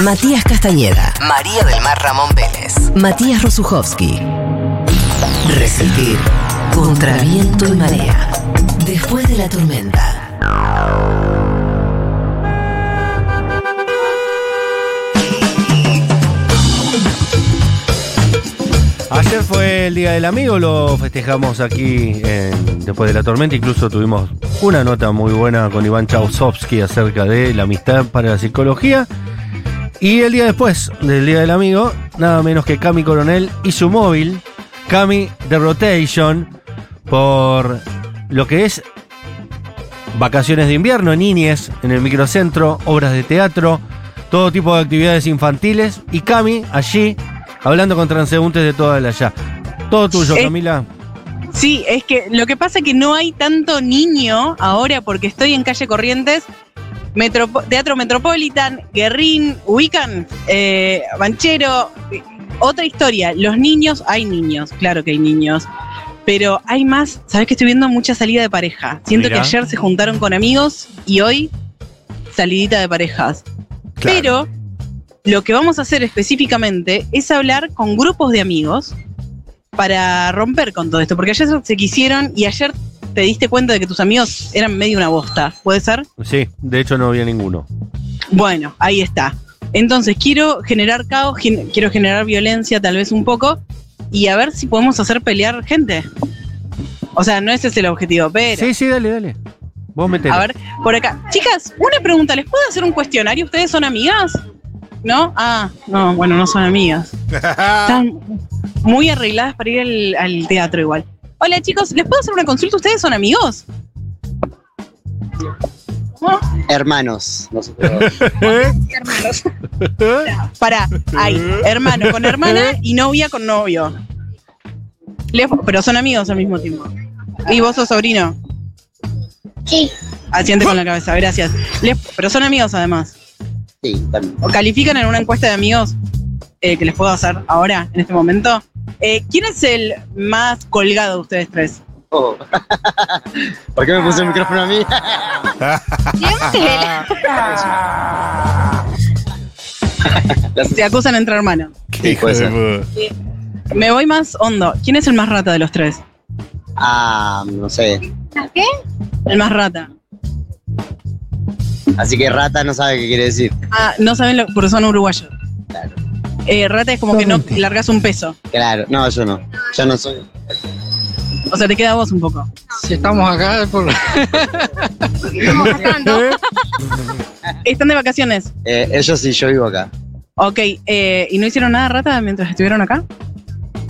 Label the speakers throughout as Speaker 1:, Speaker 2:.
Speaker 1: Matías Castañeda,
Speaker 2: María del Mar Ramón Vélez.
Speaker 1: Matías Rosuchowski. Resistir contra viento y marea. Después de la tormenta.
Speaker 3: Ayer fue el Día del Amigo, lo festejamos aquí en después de la tormenta, incluso tuvimos una nota muy buena con Iván Chausovsky acerca de la amistad para la psicología. Y el día después del Día del Amigo, nada menos que Cami Coronel y su móvil, Cami The Rotation, por lo que es vacaciones de invierno, niñes en el microcentro, obras de teatro, todo tipo de actividades infantiles. Y Cami allí hablando con transeúntes de toda la ya. Todo tuyo,
Speaker 4: Eh.
Speaker 3: Camila.
Speaker 4: Sí, es que lo que pasa es que no hay tanto niño ahora porque estoy en calle Corrientes, Metropo- Teatro Metropolitan, Guerrín, ubican, eh, Banchero. eh, Otra historia, los niños, hay niños, claro que hay niños. Pero hay más, sabes que estoy viendo mucha salida de pareja. Siento
Speaker 3: Mirá.
Speaker 4: que ayer se juntaron con amigos y hoy salidita de parejas. Pero lo que vamos a hacer específicamente es hablar con grupos de amigos para romper con todo esto, porque ayer se quisieron y ayer te diste cuenta de que tus amigos eran medio una bosta, ¿puede ser?
Speaker 3: Sí, de hecho no había ninguno.
Speaker 4: Bueno, ahí está. Entonces, quiero generar caos, gen- quiero generar violencia tal vez un poco y a ver si podemos hacer pelear gente. O sea, no ese es el objetivo, pero...
Speaker 3: Sí, sí, dale, dale. Vos metés.
Speaker 4: A ver, por acá. Chicas, una pregunta, ¿les puedo hacer un cuestionario? ¿Ustedes son amigas? ¿No? Ah, no, bueno, no son amigas. Están muy arregladas para ir al, al teatro igual. Hola chicos, ¿les puedo hacer una consulta? ¿Ustedes son amigos? No,
Speaker 5: hermanos. Nosotros.
Speaker 4: hermanos. Pará, hay hermano con hermana y novia con novio. Les- pero son amigos al mismo tiempo. ¿Y vos sos sobrino?
Speaker 6: Sí,
Speaker 4: Asiente con la cabeza, gracias. Les- pero son amigos además.
Speaker 5: Sí, también.
Speaker 4: o califican en una encuesta de amigos eh, que les puedo hacer ahora, en este momento. eh, ¿Quién es el más colgado de ustedes tres?
Speaker 5: Oh. ¿Por qué me puse el micrófono a mí? Las-
Speaker 4: Se acusan entre hermanos.
Speaker 5: Sí, puede ser.
Speaker 4: Me voy más hondo. ¿Quién es el más rata de los tres?
Speaker 5: Ah, no sé.
Speaker 6: ¿a qué?
Speaker 4: El más rata.
Speaker 5: Así que rata no sabe qué quiere decir.
Speaker 4: Ah, no saben lo porque son uruguayos.
Speaker 5: Claro.
Speaker 4: Eh, rata es como que no largas un peso.
Speaker 5: Claro. No, yo no. Yo no soy.
Speaker 4: O sea, te queda vos un poco.
Speaker 7: Si estamos acá es por...
Speaker 4: Están de vacaciones.
Speaker 5: Eh, ellos sí, yo vivo acá.
Speaker 4: Ok, eh, ¿y no hicieron nada rata mientras estuvieron acá?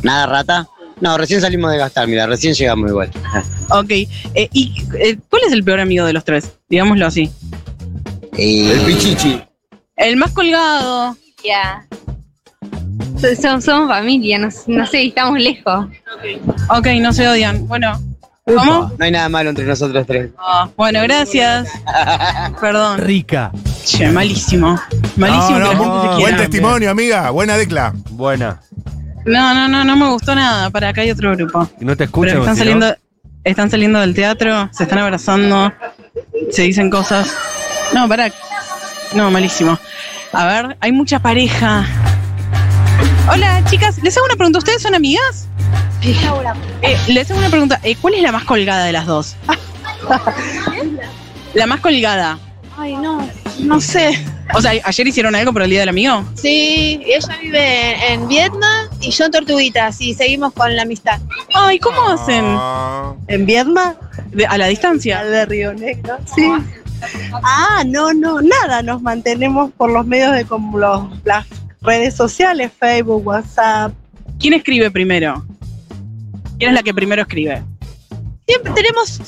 Speaker 5: ¿Nada rata? No, recién salimos de gastar, mira, recién llegamos igual.
Speaker 4: Ok, eh, ¿y eh, cuál es el peor amigo de los tres? Digámoslo así.
Speaker 5: El pichichi.
Speaker 4: El más colgado.
Speaker 6: Ya. So- Somos, somos familia, no, no sé, estamos lejos.
Speaker 4: Ok, no se odian. Bueno, ¿cómo?
Speaker 5: No hay nada malo entre nosotros tres.
Speaker 4: Ah, bueno, gracias. Perdón.
Speaker 3: Rica.
Speaker 4: Che, malísimo. Malísimo
Speaker 8: No,
Speaker 4: que la gente
Speaker 8: no,
Speaker 3: no,
Speaker 4: te
Speaker 8: Buen
Speaker 4: quiera.
Speaker 3: Bien,
Speaker 8: testimonio, amiga. Buena decla.
Speaker 3: Buena.
Speaker 4: No, no, no, no me gustó nada. Para acá hay otro grupo.
Speaker 3: Y no te escuchan.
Speaker 4: Pero están
Speaker 3: si no-
Speaker 4: saliendo, están saliendo del teatro, se están abrazando, se dicen cosas. No, pará. No, malísimo. A ver, hay mucha pareja. Hola, chicas, les hago una pregunta. ¿Ustedes son amigas? Eh, les hago una pregunta. Eh, ¿Cuál es la más colgada de las dos? la más colgada.
Speaker 6: Ay, no.
Speaker 4: No sé. O sea, ayer hicieron algo por el Día del Amigo.
Speaker 9: Sí, ella vive en Vietnam y yo en Tortuguitas y seguimos con la amistad.
Speaker 4: Ay, ¿cómo hacen?
Speaker 8: Ah.
Speaker 9: ¿En Vietnam?
Speaker 4: De- a la distancia.
Speaker 9: de Río Negro, sí. Ah, no, no, nada, nos mantenemos por los medios de como los- las redes sociales, Facebook, WhatsApp.
Speaker 4: ¿Quién escribe primero? ¿Quién es la que primero escribe?
Speaker 9: Siempre tenemos,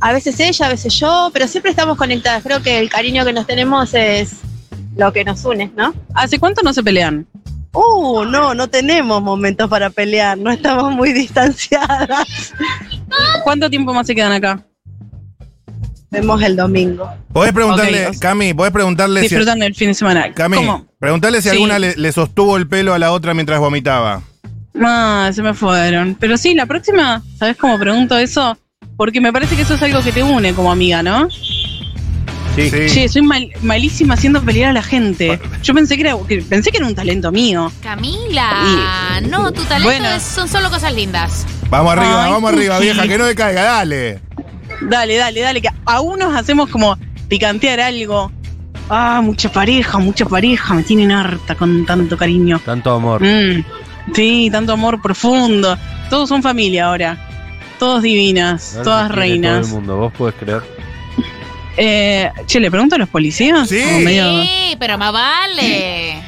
Speaker 9: a veces ella, a veces yo, pero siempre estamos conectadas. Creo que el cariño que nos tenemos es lo que nos une, ¿no?
Speaker 4: ¿Hace cuánto no se pelean?
Speaker 9: Uh, no, no tenemos momentos para pelear, no estamos muy distanciadas.
Speaker 4: ¿Cuánto tiempo más se quedan acá?
Speaker 9: Vemos el domingo.
Speaker 8: Podés preguntarle,
Speaker 4: Ok, o sea-
Speaker 8: Cami, podés preguntarle si.
Speaker 4: Disfrutando el fin de semana.
Speaker 8: Cami,
Speaker 4: ¿Cómo?
Speaker 8: preguntarle si
Speaker 4: Sí.
Speaker 8: alguna le, le sostuvo el pelo a la otra mientras vomitaba.
Speaker 4: Ah, se me fueron. Pero sí, la próxima, ¿sabes cómo pregunto eso? Porque me parece que eso es algo que te une como amiga, ¿no?
Speaker 3: Sí.
Speaker 4: Che, soy mal- malísima haciendo pelear a la gente. Yo pensé que era, que- pensé que era un talento mío.
Speaker 7: Camila, no, tu talento
Speaker 4: Bueno.
Speaker 7: es- son solo cosas lindas.
Speaker 8: Vamos arriba,
Speaker 4: Ay,
Speaker 8: vamos arriba,
Speaker 4: sí.
Speaker 8: vieja, que no decaiga, dale.
Speaker 4: Dale, dale, dale, que aún nos hacemos como picantear algo. Ah, mucha pareja, mucha pareja, me tienen harta con tanto cariño.
Speaker 3: Tanto amor.
Speaker 4: Mm, sí, tanto amor profundo. Todos son familia ahora. Todos divinas,
Speaker 3: Ahora
Speaker 4: todas
Speaker 3: te quiere
Speaker 4: reinas.
Speaker 3: Todo el mundo, vos podés creer.
Speaker 4: Eh, che, ¿le pregunto a los policías?
Speaker 8: Sí.
Speaker 4: O medio-
Speaker 7: Sí, pero más vale.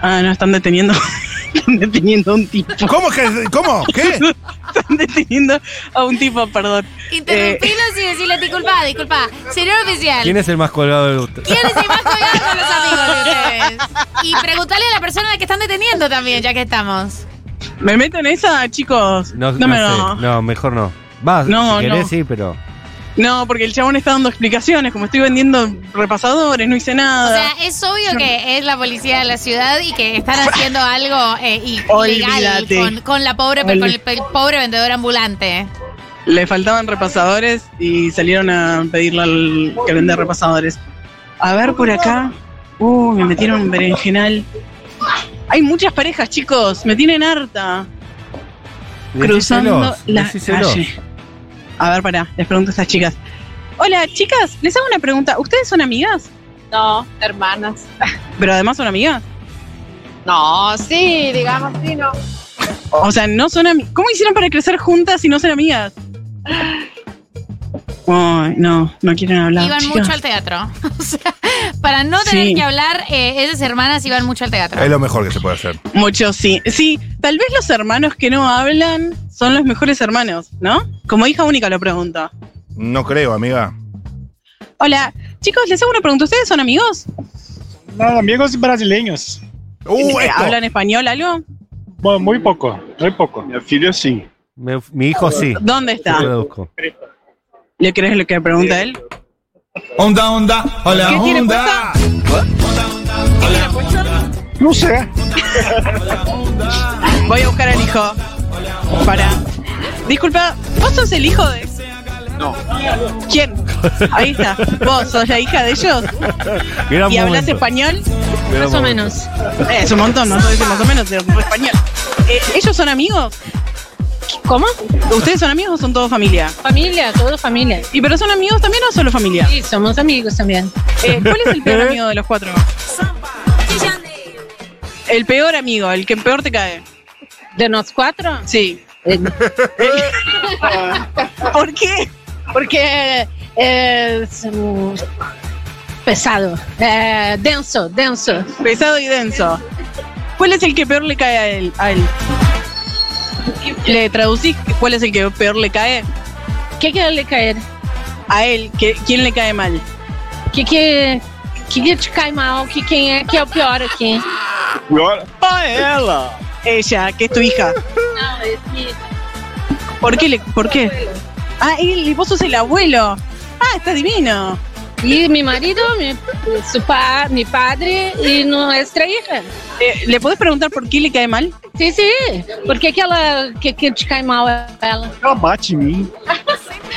Speaker 4: Ah, no, están deteniendo. están deteniendo a un tipo.
Speaker 8: ¿Cómo que? ¿Cómo? ¿Qué?
Speaker 4: Están deteniendo a un tipo, perdón. Eh.
Speaker 7: Interrumpilos y decirle disculpa, disculpa. Señor oficial,
Speaker 3: ¿Quién es el más colgado de usted?
Speaker 7: ¿quién es el más colgado con los amigos de ustedes? Y preguntarle a la persona a la que están deteniendo también, ya que estamos.
Speaker 4: ¿Me meto en esa, chicos?
Speaker 3: No,
Speaker 4: No
Speaker 3: no,
Speaker 4: me
Speaker 3: sé. no, mejor no. Vas,
Speaker 4: No,
Speaker 3: si querés
Speaker 4: no.
Speaker 3: sí, pero
Speaker 4: No, porque el chabón está dando explicaciones, como estoy vendiendo repasadores, no hice
Speaker 7: O
Speaker 4: nada.
Speaker 7: sea, es obvio que es la policía de la ciudad y que están haciendo algo eh, i- ilegal
Speaker 4: Olvídate.
Speaker 7: con, con la pobre, con el pe- pobre vendedor ambulante.
Speaker 4: Le faltaban repasadores y salieron a pedirle al que vende repasadores. A ver por acá. Uh, me metieron un berenjenal. Hay muchas parejas, chicos. Me tienen harta. Cruzando
Speaker 3: decíselos,
Speaker 4: la
Speaker 3: decíselos.
Speaker 4: calle. A ver, pará. Les pregunto a estas chicas. Hola, chicas. Les hago una pregunta. ¿Ustedes son amigas?
Speaker 10: No, hermanas.
Speaker 4: Pero además son amigas.
Speaker 10: No, sí, digamos, sí, no.
Speaker 4: O sea, no son amigas. ¿Cómo hicieron para crecer juntas si no son amigas? Ay, no, no quieren hablar.
Speaker 7: iban
Speaker 4: chicas.
Speaker 7: mucho al teatro. O sea, para no tener
Speaker 4: Sí.
Speaker 7: que hablar, eh, esas hermanas iban mucho al teatro.
Speaker 8: Es lo mejor que se puede hacer.
Speaker 4: Muchos sí. Sí, tal vez los hermanos que no hablan son los mejores hermanos, ¿no? Como hija única lo pregunto.
Speaker 8: No creo, amiga.
Speaker 4: Hola, chicos, les hago una pregunta. ¿Ustedes son amigos?
Speaker 11: Nada, amigos brasileños.
Speaker 8: Uh,
Speaker 4: Eh,
Speaker 8: esto.
Speaker 4: ¿Hablan español algo?
Speaker 11: Bueno, muy poco, muy poco. Mi filho sí.
Speaker 3: Me- mi hijo sí.
Speaker 4: ¿Dónde
Speaker 3: Yo
Speaker 4: está?
Speaker 3: traduzco.
Speaker 4: ¿Le crees lo que pregunta él?
Speaker 8: Onda, onda, hola,
Speaker 4: ¿Qué tiene
Speaker 8: onda.
Speaker 11: No sé.
Speaker 4: Voy a buscar al hijo. Para. Disculpa, ¿vos sos el hijo de.?
Speaker 11: No.
Speaker 4: ¿Quién? Ahí está. ¿Vos sos la hija de ellos?
Speaker 3: Gran
Speaker 4: ¿Y hablas
Speaker 3: momento.
Speaker 4: español?
Speaker 3: Gran
Speaker 7: Más o
Speaker 3: momento.
Speaker 7: menos.
Speaker 4: Eh, Es un montón, no sé si más o menos, pero fue español. Eh, ¿Ellos son amigos?
Speaker 10: ¿Cómo?
Speaker 4: ¿Ustedes son amigos o son todos familia?
Speaker 10: Familia, todo familia.
Speaker 4: ¿Y pero son amigos también o solo familia?
Speaker 10: Sí, somos amigos también.
Speaker 4: Eh, ¿Cuál es el peor amigo de los cuatro? El peor amigo, el que peor te cae.
Speaker 10: ¿De nos cuatro?
Speaker 4: Sí.
Speaker 10: Eh,
Speaker 4: ¿Por qué?
Speaker 10: porque es mm, pesado, eh, denso, denso.
Speaker 4: Pesado y denso. ¿Cuál es el que peor le cae a él? A él? ¿Le traducís cuál es el que peor le cae?
Speaker 10: ¿Qué quiere caer?
Speaker 4: A él, ¿qué- ¿quién le cae mal?
Speaker 10: ¿Qué que que que te cai mal? Que quem é que é o pior aqui?
Speaker 4: ella. Ella, que es tu hija.
Speaker 10: Não, esse
Speaker 4: ¿Por qué? le- ¿Por qué? Ah, él, y vos sos el abuelo. Ah, está divino.
Speaker 10: E meu marido, meu, su pa, meu padre e nossa hija.
Speaker 4: Eh, ¿Le podés preguntar por qué le cae mal?
Speaker 10: Sim, sim. Por que que ela que, que te cai mal ela?
Speaker 11: Ela bate em mim.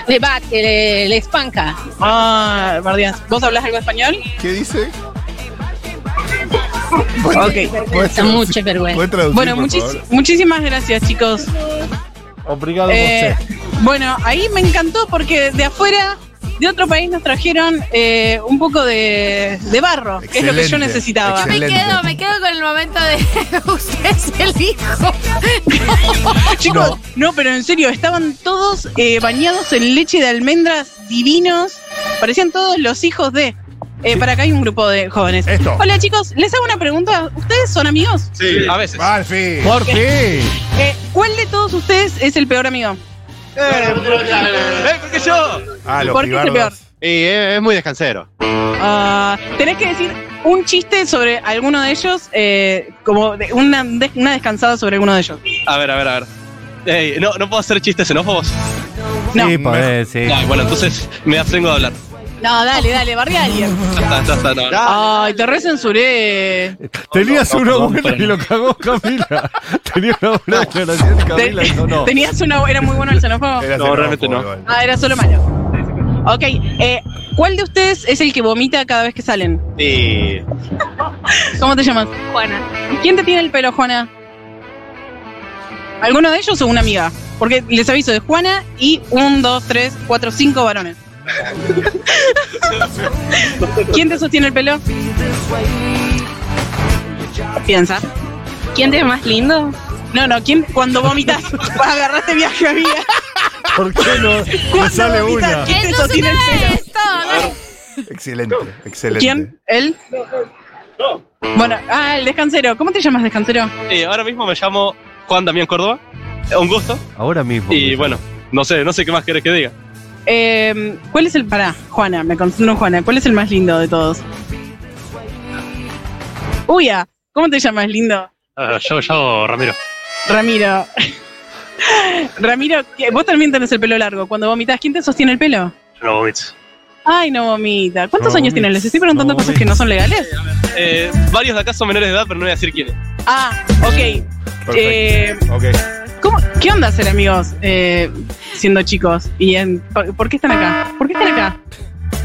Speaker 10: Ele bate, ele, ele espanca.
Speaker 4: Ah, Bardías. ¿Vos hablás algo español?
Speaker 8: ¿Qué dice?
Speaker 4: Ok.
Speaker 8: Puedes
Speaker 10: Dá muita vergonha.
Speaker 8: puedes traducir,
Speaker 4: Bueno,
Speaker 8: por
Speaker 4: muchis-
Speaker 8: favor?
Speaker 4: muchísimas gracias, chicos.
Speaker 3: Obrigado,
Speaker 4: Eh,
Speaker 3: José.
Speaker 4: bueno, ahí me encantó porque de afuera, de otro país, nos trajeron eh, un poco de, de barro, que es lo que yo
Speaker 8: Excelente,
Speaker 4: necesitaba.
Speaker 7: Yo me
Speaker 8: Excelente.
Speaker 7: quedo, me quedo con el momento de usted es el hijo.
Speaker 4: Chicos, no. pero en serio, estaban todos eh, bañados en leche de almendras divinos. Parecían todos los hijos de. Eh, Para acá hay un grupo de jóvenes.
Speaker 8: Esto.
Speaker 4: Hola chicos, les hago una pregunta. ¿Ustedes son amigos?
Speaker 11: Sim, a veces.
Speaker 8: Al fin.
Speaker 3: Por fin.
Speaker 4: Eh, ¿Cuál de todos ustedes es el peor amigo?
Speaker 8: Ah, los
Speaker 4: ¿Por qué es el
Speaker 8: pibardos.
Speaker 11: es muy descansero.
Speaker 4: Ah, tenés que decir un chiste sobre alguno de ellos, eh, como de- una, de- una descansada sobre alguno de ellos.
Speaker 11: A ver, a ver, a ver. Ey, no, no puedo hacer chistes xenófobos.
Speaker 4: No.
Speaker 3: Sí, podés, sí.
Speaker 11: Ay, Ah, bueno, entonces me abstengo de hablar.
Speaker 4: No, dale, dale, barría a alguien.
Speaker 11: Ya está, ya está, no, no.
Speaker 4: Ay, te recensuré.
Speaker 3: Tenías
Speaker 11: No, no,
Speaker 3: uno
Speaker 11: no,
Speaker 3: bueno
Speaker 11: pero-
Speaker 3: y lo cagó Camila. Tenía una buena declaración Camila y no, Eh. no.
Speaker 4: Tenías una. Era muy bueno el xenófobo.
Speaker 8: Era
Speaker 11: No,
Speaker 8: xenófobo,
Speaker 11: realmente no.
Speaker 8: igual.
Speaker 4: Ah, era solo malo. Ok, eh, ¿Cuál de ustedes es el que vomita cada vez que salen?
Speaker 11: Sí.
Speaker 4: ¿Cómo te llamas? Juana. ¿Quién te tiene el pelo, Juana? ¿Alguno de ellos o una amiga? Porque les aviso de Juana y un, dos, tres, cuatro, cinco varones. ¿Quién te sostiene el pelo? Piensa. ¿Quién te es más lindo? No, no, ¿quién cuando vomitas agarraste viaje amiga?
Speaker 12: ¿Por qué no, no
Speaker 4: ¿Cuándo
Speaker 12: sale
Speaker 4: vomitas?
Speaker 12: una?
Speaker 4: ¿Quién te sostiene el pelo?
Speaker 12: Excelente, excelente.
Speaker 4: ¿Quién? ¿Él? Bueno, ah, el descansero. ¿Cómo te llamas descansero?
Speaker 11: Sí, Eh, ahora mismo me llamo Juan Damián Córdoba. Eh, Un gusto.
Speaker 3: Ahora mismo. pues,
Speaker 11: Y bueno, no sé, no sé qué más querés que diga.
Speaker 4: Eh, ¿Cuál es el. Pará, Juana, me confundo Juana. ¿Cuál es el más lindo de todos? Uya, ¿cómo te llamas, lindo?
Speaker 11: Ah, yo, yo, Ramiro.
Speaker 4: Ramiro. Ramiro, ¿qué- vos también tenés el pelo largo. Cuando vomitas, ¿quién te sostiene el pelo?
Speaker 11: Yo no vomito.
Speaker 4: Ay, no vomita. ¿Cuántos
Speaker 11: No
Speaker 4: años tienen? Les estoy preguntando cosas que no son legales.
Speaker 11: Eh, varios de acá son menores de edad, pero no voy a decir quiénes.
Speaker 4: Ah, ok. Eh, ¿cómo- ¿Qué onda ser amigos eh, siendo chicos? ¿Y en- por, por qué están acá? ¿Por qué están acá?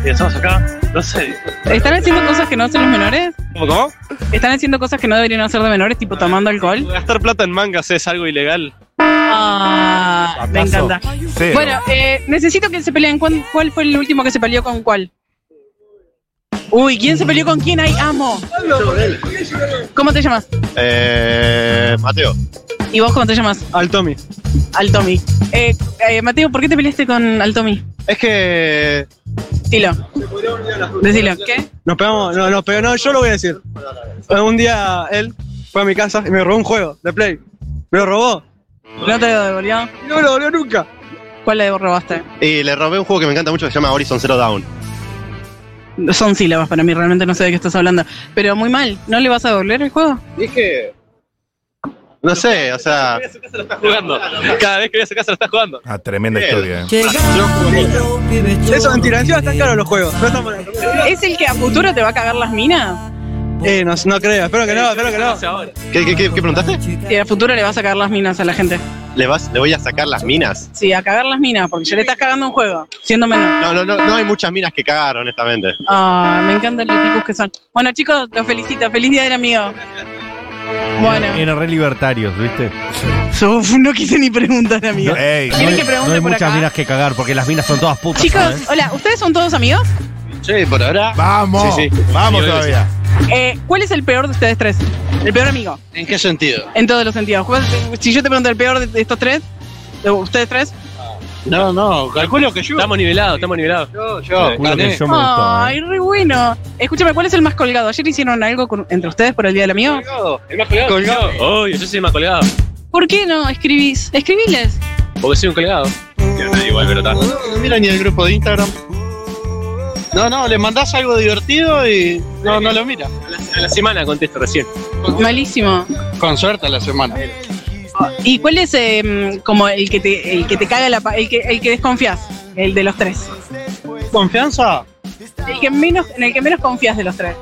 Speaker 11: Eh, Estamos acá, no sé.
Speaker 4: ¿Están haciendo cosas que no hacen los menores?
Speaker 11: ¿Cómo, cómo?
Speaker 4: ¿Están haciendo cosas que no deberían hacer de menores, tipo tomando alcohol?
Speaker 11: Gastar plata en mangas es algo ilegal.
Speaker 4: Ah, me
Speaker 11: Patazo.
Speaker 4: encanta.
Speaker 11: Cero.
Speaker 4: Bueno, eh, necesito que se peleen. ¿Cuál, cuál fue el último que se peleó con cuál? Uy, ¿quién se peleó con quién? ¡Ay, amo! ¿Cómo te llamas?
Speaker 13: Eh, Mateo.
Speaker 4: ¿Y vos cómo te llamas?
Speaker 11: Altomi.
Speaker 4: Altomi. Eh, eh, Mateo, ¿por qué te peleaste con Altomi?
Speaker 13: Es que.
Speaker 4: Dilo. Decilo. ¿Qué?
Speaker 14: Nos pegamos, no, nos pegó, no, yo lo voy a decir. Un día él fue a mi casa y me robó un juego de Play. Me lo robó.
Speaker 4: ¿No te lo devolvió?
Speaker 14: No me lo devolvió nunca.
Speaker 4: ¿Cuál le robaste?
Speaker 13: Y le robé un juego que me encanta mucho que se llama Horizon Zero Down.
Speaker 4: Son sílabas para mí, realmente no sé de qué estás hablando. Pero muy mal, ¿no le vas a devolver el juego?
Speaker 13: Dije. No sé, o sea.
Speaker 11: Lo estás jugando. Cada vez que voy a esa casa lo estás jugando.
Speaker 8: Ah, tremenda
Speaker 11: Bien.
Speaker 8: historia. eh.
Speaker 14: Eso es mentira, encima están caros los juegos. No están baratos.
Speaker 4: ¿Es el que a futuro te va a cagar las minas?
Speaker 14: Eh, no, no creo, espero que no, espero que no.
Speaker 13: ¿Qué, qué, qué, qué preguntaste?
Speaker 4: Si a futuro le vas a cagar las minas a la gente.
Speaker 13: ¿Le, vas, ¿Le voy a sacar las minas?
Speaker 4: Sí, a cagar las minas, porque ya le estás cagando un juego, siendo menor.
Speaker 13: No, no, no, no hay muchas minas que cagar, honestamente.
Speaker 4: Ah, me encantan los tipos que son. Bueno, chicos, los felicito. Feliz día del amigo. Bueno.
Speaker 3: Eran re libertarios, ¿viste?
Speaker 4: Uf, no quise ni preguntar, amigo.
Speaker 3: No, ey, no
Speaker 4: ¿Quieren
Speaker 3: hay,
Speaker 4: que pregunte
Speaker 3: no hay
Speaker 4: por
Speaker 3: muchas
Speaker 4: acá?
Speaker 3: minas que cagar porque las minas son todas putas.
Speaker 4: Chicos,
Speaker 3: ¿sabes?
Speaker 4: hola, ¿ustedes son todos amigos?
Speaker 13: Sí, por ahora.
Speaker 3: Vamos,
Speaker 13: Sí, sí.
Speaker 3: vamos
Speaker 13: Sí, obvio que
Speaker 3: todavía.
Speaker 4: Eh, ¿Cuál es el peor de ustedes tres? El peor amigo,
Speaker 13: sí. ¿En qué sentido?
Speaker 4: en todos los sentidos. ¿Cuál- Si yo te pregunto el peor de estos tres, de ustedes tres,
Speaker 11: No, no, calculo que yo. Estamos nivelados, estamos nivelados. Yo, yo,
Speaker 4: Ay, re bueno. Escúchame, ¿cuál es el más colgado? ¿Ayer hicieron algo con- entre ustedes por el Día del Amigo?
Speaker 11: El más colgado.
Speaker 4: Colgado.
Speaker 11: Yo. Obvio, yo soy el más colgado.
Speaker 4: ¿Por qué no escribís? Escribiles.
Speaker 11: Porque soy un colgado. Igual, pero está.
Speaker 13: No mira ni el grupo de Instagram. No, no, le mandás algo divertido y no, no lo mira.
Speaker 11: A la semana contesto recién.
Speaker 4: Malísimo.
Speaker 13: Con suerte a la semana.
Speaker 4: ¿Y cuál es em, como el que te, el que te caga la pa- el que, el que desconfías? El de los tres.
Speaker 13: ¿Confianza?
Speaker 4: El que menos, en el que menos confías de los tres.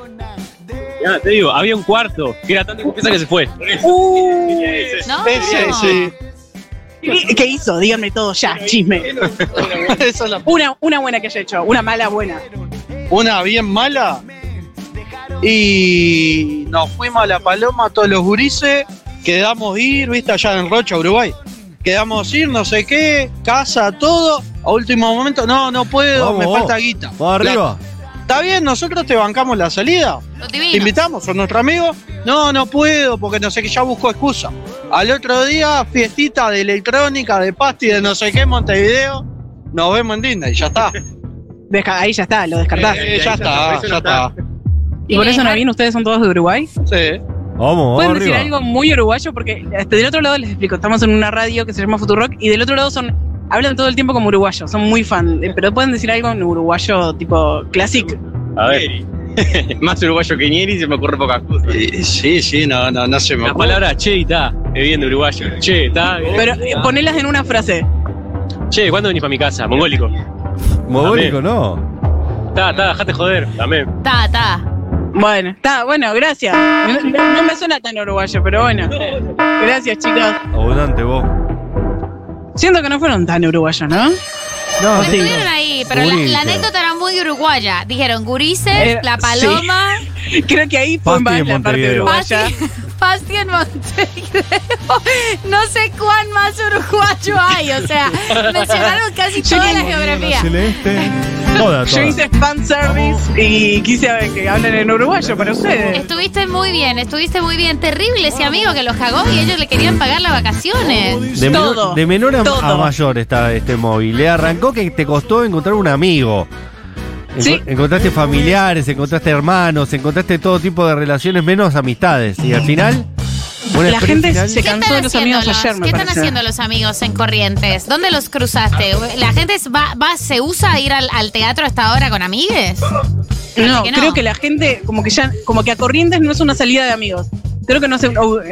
Speaker 11: Ya, te digo, había un cuarto que era tanta confianza que se fue.
Speaker 4: No.
Speaker 13: Ese, sí.
Speaker 4: ¿Qué, qué hizo? Díganme todo ya, chisme. Una, una buena que haya hecho, una mala buena.
Speaker 13: Una bien mala. Y nos fuimos a La Paloma todos los gurises. Quedamos ir, viste, allá en Rocha, Uruguay. Quedamos ir, no sé qué, casa, todo. A último momento, no, no puedo,
Speaker 12: Vamos,
Speaker 13: me
Speaker 12: vos.
Speaker 13: falta guita.
Speaker 12: Vos arriba.
Speaker 13: La- Está bien, nosotros te bancamos la salida.
Speaker 7: divino.
Speaker 13: Te invitamos, son nuestro amigo. No, no puedo, porque no sé qué, ya busco excusa. Al otro día, fiestita de electrónica, de pasti, de no sé qué, Montevideo. Nos vemos en Disney, ya está.
Speaker 4: Deja- ahí ya está, lo descartás.
Speaker 13: Eh, ya Eh, está, ya está.
Speaker 4: ¿Y por eso no vienen? ¿Ustedes son todos de Uruguay?
Speaker 13: Sí.
Speaker 3: Vamos,
Speaker 4: Pueden
Speaker 3: vamos
Speaker 4: decir
Speaker 3: arriba.
Speaker 4: algo muy uruguayo porque este, del otro lado les explico, estamos en una radio que se llama Futurock y del otro lado son hablan todo el tiempo como uruguayos, son muy fan, eh, pero pueden decir algo en uruguayo tipo classic.
Speaker 11: A ver. Más uruguayo que Nieri se me ocurre pocas cosas.
Speaker 13: Sí, sí, no, no, no se me
Speaker 11: La
Speaker 13: ocurre.
Speaker 11: palabra che y ta es bien de uruguayo. Che, está.
Speaker 4: Pero eh, ponelas en una frase.
Speaker 11: Che, ¿cuándo venís para mi casa? Mongólico.
Speaker 3: Mogólico, no.
Speaker 11: Ta, ta, dejate joder. También.
Speaker 7: Ta, ta.
Speaker 4: Bueno, está, bueno, gracias. No, no- no me suena tan uruguayo, pero bueno. Gracias, chicos.
Speaker 3: Abundante vos.
Speaker 4: Siento que no fueron tan uruguayos, ¿no?
Speaker 3: No, sí.
Speaker 7: Estuvieron ahí, pero la,
Speaker 3: Gurises.
Speaker 7: la anécdota era muy uruguaya. Dijeron gurises,
Speaker 13: Eh,
Speaker 4: Era-
Speaker 7: la paloma,
Speaker 4: Creo que ahí fue
Speaker 3: Pasti
Speaker 4: más
Speaker 3: en
Speaker 4: la parte
Speaker 3: Montevideo.
Speaker 4: uruguaya.
Speaker 7: Pasti en Montevideo. No sé cuán más uruguayo hay, o sea, mencionaron casi toda la geografía.
Speaker 12: Celeste. Toda,
Speaker 4: Yo
Speaker 12: toda.
Speaker 4: hice fan service y quise ver que hablen en uruguayo para ustedes.
Speaker 7: Estuviste muy bien, estuviste muy bien. Terrible ese amigo que los cagó y ellos le querían pagar las vacaciones.
Speaker 3: De, menor, de menor a, a mayor está este móvil. Le arrancó que te costó encontrar un amigo. Enco-
Speaker 4: Sí.
Speaker 3: Encontraste familiares, encontraste hermanos, encontraste todo tipo de relaciones, menos amistades. Y al final, una
Speaker 4: La
Speaker 3: experiencia
Speaker 4: gente
Speaker 3: final-
Speaker 4: se cansó de los amigos
Speaker 7: haciendo
Speaker 4: ayer,
Speaker 7: los-
Speaker 4: me
Speaker 7: ¿Qué están
Speaker 4: parece.
Speaker 7: haciendo los amigos en Corrientes? ¿Dónde los cruzaste? ¿La gente es- va, va- se usa a ir al, al teatro hasta ahora con amigues?
Speaker 4: No,
Speaker 7: que no.
Speaker 4: creo que la gente, como que ya, como que a Corrientes no es una salida de amigos. Creo que nos,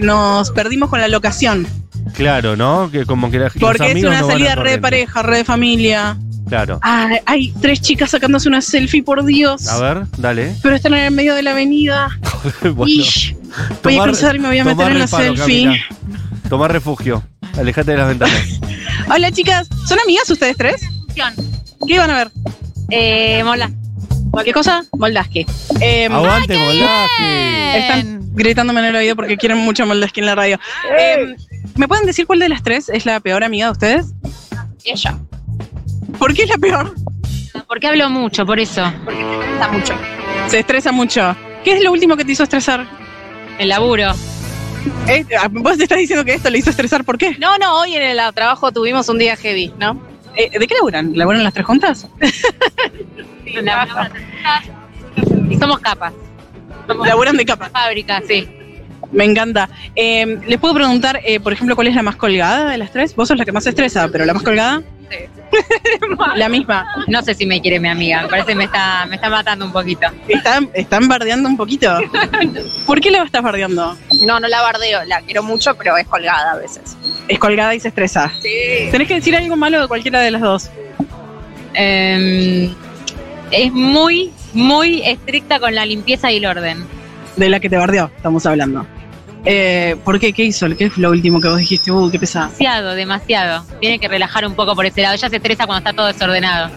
Speaker 4: nos perdimos con la locación.
Speaker 3: Claro, ¿no? Que como que la, los
Speaker 4: Porque es
Speaker 3: amigos
Speaker 4: una
Speaker 3: no van a
Speaker 4: salida re de
Speaker 3: corriente.
Speaker 4: pareja, re de familia.
Speaker 3: Claro.
Speaker 4: Ay, hay tres chicas sacándose una selfie, por Dios.
Speaker 3: A ver, dale.
Speaker 4: Pero están en el medio de la avenida. Ish. Voy a cruzar y me voy a meter
Speaker 3: tomar
Speaker 4: en la
Speaker 3: reparo,
Speaker 4: selfie.
Speaker 3: Camila. Tomar refugio. Alejate de las ventanas.
Speaker 4: Hola, chicas. ¿Son amigas ustedes tres? ¿Qué van a ver?
Speaker 10: Eh, mola.
Speaker 4: ¿Cualquier cosa? Moldaski. Eh,
Speaker 3: Aguante, Moldaski.
Speaker 4: Están gritándome en el oído porque quieren mucho Moldaski en la radio. Eh, ¿Me pueden decir cuál de las tres es la peor amiga de ustedes?
Speaker 10: Ella.
Speaker 4: ¿Por qué es la peor?
Speaker 10: Porque hablo mucho, por eso.
Speaker 4: Está mucho. Se estresa mucho. ¿Qué es lo último que te hizo estresar?
Speaker 10: El laburo.
Speaker 4: Eh, vos te estás diciendo que esto le hizo estresar, ¿por qué?
Speaker 10: No, no, hoy en el trabajo tuvimos un día heavy, ¿no?
Speaker 4: Eh, ¿De qué laburan? ¿Laburan las tres juntas?
Speaker 10: Y somos capas.
Speaker 4: Laburan de capa.
Speaker 10: Fábrica, sí.
Speaker 4: Me encanta. Eh, ¿Les puedo preguntar, eh, por ejemplo, cuál es la más colgada de las tres? Vos sos la que más se estresa, pero la más colgada. La misma.
Speaker 10: No sé si me quiere mi amiga, me parece que me está, me está matando un poquito.
Speaker 4: Están, están bardeando un poquito. ¿Por qué la estás bardeando?
Speaker 10: No, no la bardeo, la quiero mucho, pero es colgada a veces.
Speaker 4: Es colgada y se estresa.
Speaker 10: Sí.
Speaker 4: Tenés que decir algo malo de cualquiera de las dos.
Speaker 10: Em, es muy, muy estricta con la limpieza y el orden.
Speaker 4: De la que te bardeó, estamos hablando. Eh, ¿Por qué? ¿Qué hizo? ¿Qué es lo último que vos dijiste? Uh, qué pesada.
Speaker 10: Demasiado, demasiado. Tiene que relajar un poco por ese lado. Ella se estresa cuando está todo desordenado.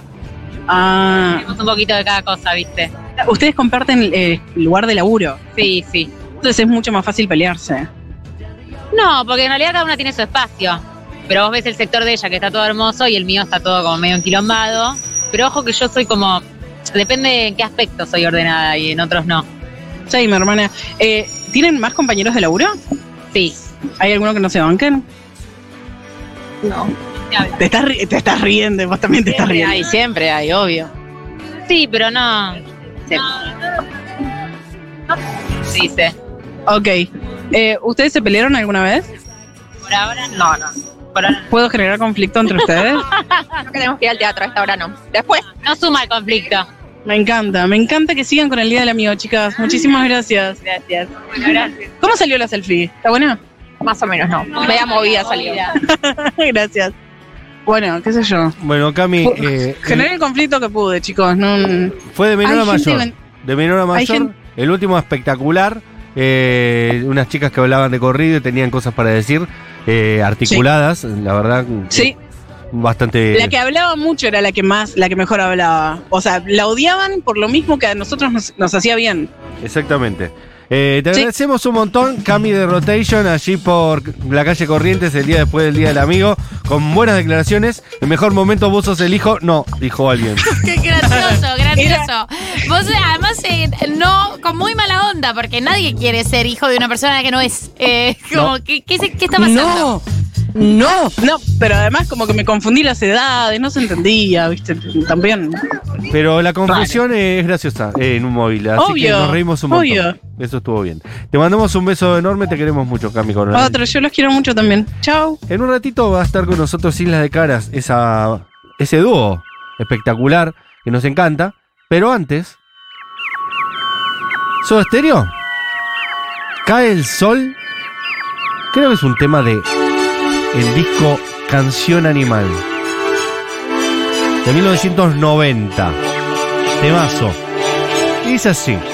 Speaker 4: Ah.
Speaker 10: Tenemos un poquito de cada cosa, ¿viste?
Speaker 4: Ustedes comparten eh, lugar de laburo.
Speaker 10: Sí, sí.
Speaker 4: Entonces es mucho más fácil pelearse.
Speaker 10: No, porque en realidad cada una tiene su espacio. Pero vos ves el sector de ella que está todo hermoso y el mío está todo como medio enquilombado. Pero ojo que yo soy como. Depende en qué aspecto soy ordenada y en otros no.
Speaker 4: Sí, mi hermana. Eh, ¿Tienen más compañeros de laburo?
Speaker 10: Sí.
Speaker 4: ¿Hay alguno que no se banquen?
Speaker 10: No.
Speaker 4: Te estás, ri- te estás riendo, vos también te estás riendo.
Speaker 10: hay, siempre hay, obvio. Sí, pero no. Sí. Sí, sé.
Speaker 4: Ok. Eh, ¿Ustedes se pelearon alguna vez?
Speaker 10: Por ahora no, no.
Speaker 4: ¿Puedo generar conflicto entre ustedes?
Speaker 10: No queremos que ir al teatro, a esta hora no. Después. No suma el conflicto.
Speaker 4: Me encanta, me encanta que sigan con el Día del Amigo, chicas. Muchísimas gracias.
Speaker 10: Gracias. gracias.
Speaker 4: ¿Cómo salió la selfie? ¿Está buena?
Speaker 10: Más o menos no. Me da movida salir.
Speaker 4: gracias. Bueno, qué sé yo.
Speaker 3: Bueno, Cami, eh,
Speaker 4: Generé el conflicto que pude, chicos. No,
Speaker 3: fue de menor
Speaker 4: Hay
Speaker 3: a
Speaker 4: gente
Speaker 3: mayor.
Speaker 4: ven-
Speaker 3: De menor a
Speaker 4: Hay
Speaker 3: mayor.
Speaker 4: gen-
Speaker 3: El último espectacular. eh, unas chicas que hablaban de corrido y tenían cosas para decir, eh, articuladas, la verdad.
Speaker 4: Sí.
Speaker 3: Bastante.
Speaker 4: La que hablaba mucho era la que más, la que mejor hablaba. O sea, la odiaban por lo mismo que a nosotros nos, nos hacía bien.
Speaker 3: Exactamente. Eh, te
Speaker 4: Sí.
Speaker 3: agradecemos un montón, Cami de Rotation, allí por la calle Corrientes, el día después del Día del Amigo, con buenas declaraciones. El mejor momento, vos sos el hijo. No, dijo alguien.
Speaker 7: Qué gracioso, gracioso. Vos eh, además eh, no, con muy mala onda, porque nadie quiere ser hijo de una persona que no es. Eh, como,
Speaker 4: No.
Speaker 7: ¿qué, qué, se- qué está pasando?
Speaker 4: No, no, pero además como que me confundí las edades, no se entendía, viste, también.
Speaker 3: Pero la confusión eh, es graciosa eh, en un móvil, así que
Speaker 4: Obvio,
Speaker 3: nos reímos un montón.
Speaker 4: obvio.
Speaker 3: Eso estuvo bien. Te mandamos un beso enorme, te queremos mucho, Cami Coronel.
Speaker 4: Otro, yo los quiero mucho también. Chao.
Speaker 3: En un ratito va a estar con nosotros Islas de Caras, esa, ese dúo espectacular que nos encanta. Pero antes. ¿Soda estéreo? ¿Cae el sol? Creo que es un tema de. El disco Canción Animal. De 1990. Temazo. Dice así.